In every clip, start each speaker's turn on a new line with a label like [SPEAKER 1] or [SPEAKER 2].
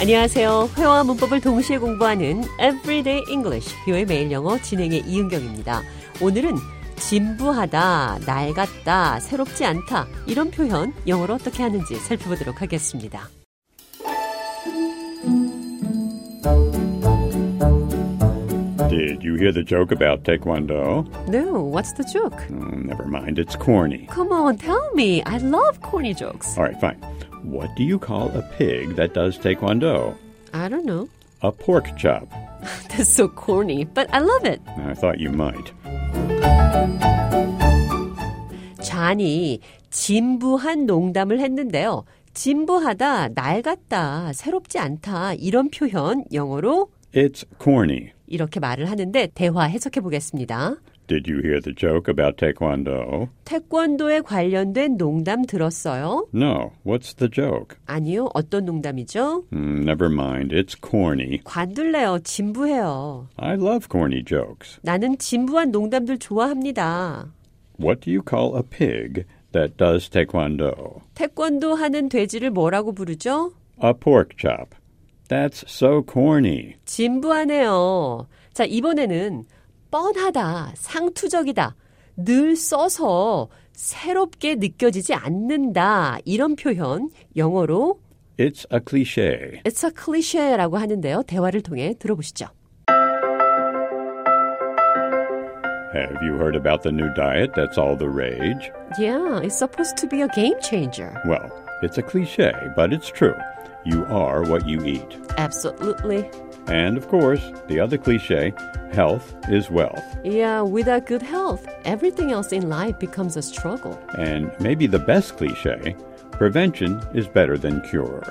[SPEAKER 1] 안녕하세요. 회화 문법을 동시에 공부하는 Everyday English, 뷰의 매일 영어 진행의 이은경입니다. 오늘은 진부하다, 낡았다, 새롭지 않다 이런 표현 영어로 어떻게 하는지 살펴보도록 하겠습니다.
[SPEAKER 2] Did you hear the joke about Taekwondo?
[SPEAKER 1] No, what's the joke?
[SPEAKER 2] Mm, never mind, it's corny.
[SPEAKER 1] Come on, tell me. I love corny jokes.
[SPEAKER 2] All right, fine. What do you call a pig that does Taekwondo?
[SPEAKER 1] I don't know.
[SPEAKER 2] A pork chop.
[SPEAKER 1] That's so corny, but I love it.
[SPEAKER 2] I thought you might.
[SPEAKER 1] 잔이 진부한 농담을 했는데요. 진부하다, 낡았다, 새롭지 않다 이런 표현 영어로
[SPEAKER 2] It's corny.
[SPEAKER 1] 이렇게 말을 하는데 대화 해석해 보겠습니다.
[SPEAKER 2] Did you hear the joke about Taekwondo?
[SPEAKER 1] 태권도에 관련된 농담 들었어요?
[SPEAKER 2] No. What's the joke?
[SPEAKER 1] 아니요. 어떤 농담이죠?
[SPEAKER 2] Mm, never mind, it's corny.
[SPEAKER 1] 관둘래요. 진부해요.
[SPEAKER 2] I love corny jokes.
[SPEAKER 1] 나는 진부한 농담들 좋아합니다.
[SPEAKER 2] What do you call a pig that does Taekwondo?
[SPEAKER 1] 태권도 하는 돼지를 뭐라고 부르죠?
[SPEAKER 2] A pork chop. That's so corny.
[SPEAKER 1] 진부하네요. 자, 이번에는 뻔하다, 상투적이다, 늘 써서 새롭게 느껴지지 않는다. 이런 표현 영어로
[SPEAKER 2] It's a cliche.
[SPEAKER 1] It's a cliche라고 하는데요. 대화를 통해 들어보시죠.
[SPEAKER 2] Have you heard about the new diet that's all the rage?
[SPEAKER 1] Yeah, it's supposed to be a game changer.
[SPEAKER 2] Well, it's a cliche, but it's true. You are what you eat.
[SPEAKER 1] Absolutely.
[SPEAKER 2] And of course, the other cliche health is wealth.
[SPEAKER 1] Yeah, without good health, everything else in life becomes a struggle.
[SPEAKER 2] And maybe the best cliche prevention is better than cure.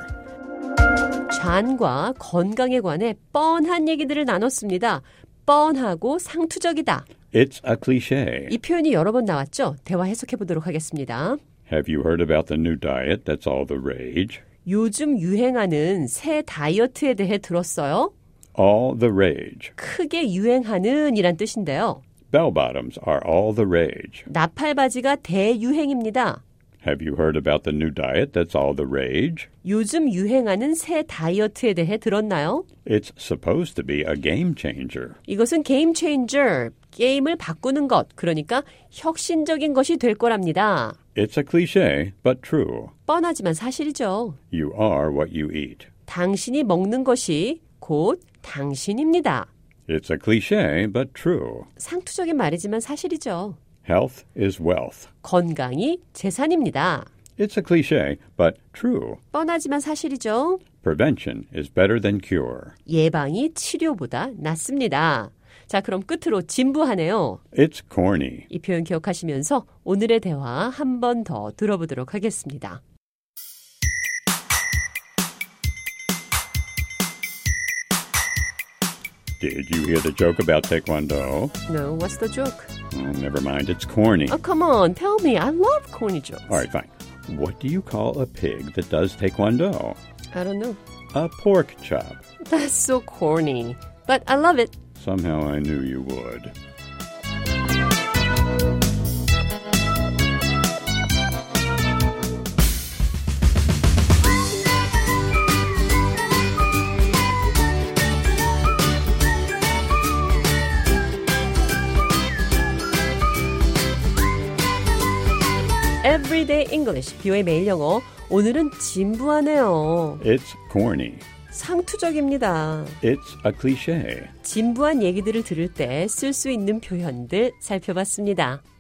[SPEAKER 1] 잔과 건강에 관해 뻔한 얘기들을 나눴습니다. 뻔하고 상투적이다.
[SPEAKER 2] It's a cliche.
[SPEAKER 1] 이 표현이 여러 번 나왔죠? 대화 해석해 보도록 하겠습니다.
[SPEAKER 2] Have you heard about the new diet that's all the rage?
[SPEAKER 1] 요즘 유행하는 새 다이어트에 대해 들었어요?
[SPEAKER 2] All the rage.
[SPEAKER 1] 크게 유행하는 이란 뜻인데요.
[SPEAKER 2] Bell bottoms are all the rage.
[SPEAKER 1] 나팔바지가 대유행입니다.
[SPEAKER 2] Have you heard about the new diet that's all the rage?
[SPEAKER 1] 요즘 유행하는 새 다이어트에 대해 들었나요?
[SPEAKER 2] It's supposed to be a game changer.
[SPEAKER 1] 이것은 게임 체인저, 게임을 바꾸는 것, 그러니까 혁신적인 것이 될 거랍니다.
[SPEAKER 2] It's a cliche, but true.
[SPEAKER 1] 뻔하지만 사실이죠.
[SPEAKER 2] You are what you eat.
[SPEAKER 1] 당신이 먹는 것이 곧 당신입니다.
[SPEAKER 2] It's a cliche, but true.
[SPEAKER 1] 상투적인 말이지만 사실이죠.
[SPEAKER 2] Health is wealth.
[SPEAKER 1] 건강이 재산입니다.
[SPEAKER 2] It's a cliche, but true.
[SPEAKER 1] 뻔하지만 사실이죠.
[SPEAKER 2] Prevention is better than cure.
[SPEAKER 1] 예방이 치료보다 낫습니다. 자, 그럼 끝으로 진부하네요.
[SPEAKER 2] It's corny.
[SPEAKER 1] 이 표현 기억하시면서 오늘의 대화 한 번 더 들어보도록 하겠습니다.
[SPEAKER 2] Did you hear the joke about Taekwondo?
[SPEAKER 1] No, what's the joke?
[SPEAKER 2] Oh, never mind, it's corny.
[SPEAKER 1] Oh, come on, tell me. I love corny jokes.
[SPEAKER 2] All right, fine. What do you call a pig that does Taekwondo?
[SPEAKER 1] I don't know.
[SPEAKER 2] A pork chop.
[SPEAKER 1] That's so corny. But I love it.
[SPEAKER 2] Somehow I knew you would.
[SPEAKER 1] Everyday English, 뷰의 매일 영어. 오늘은 진부하네요.
[SPEAKER 2] It's corny.
[SPEAKER 1] 상투적입니다.
[SPEAKER 2] It's a cliche.
[SPEAKER 1] 진부한 얘기들을 들을 때 쓸 수 있는 표현들 살펴봤습니다.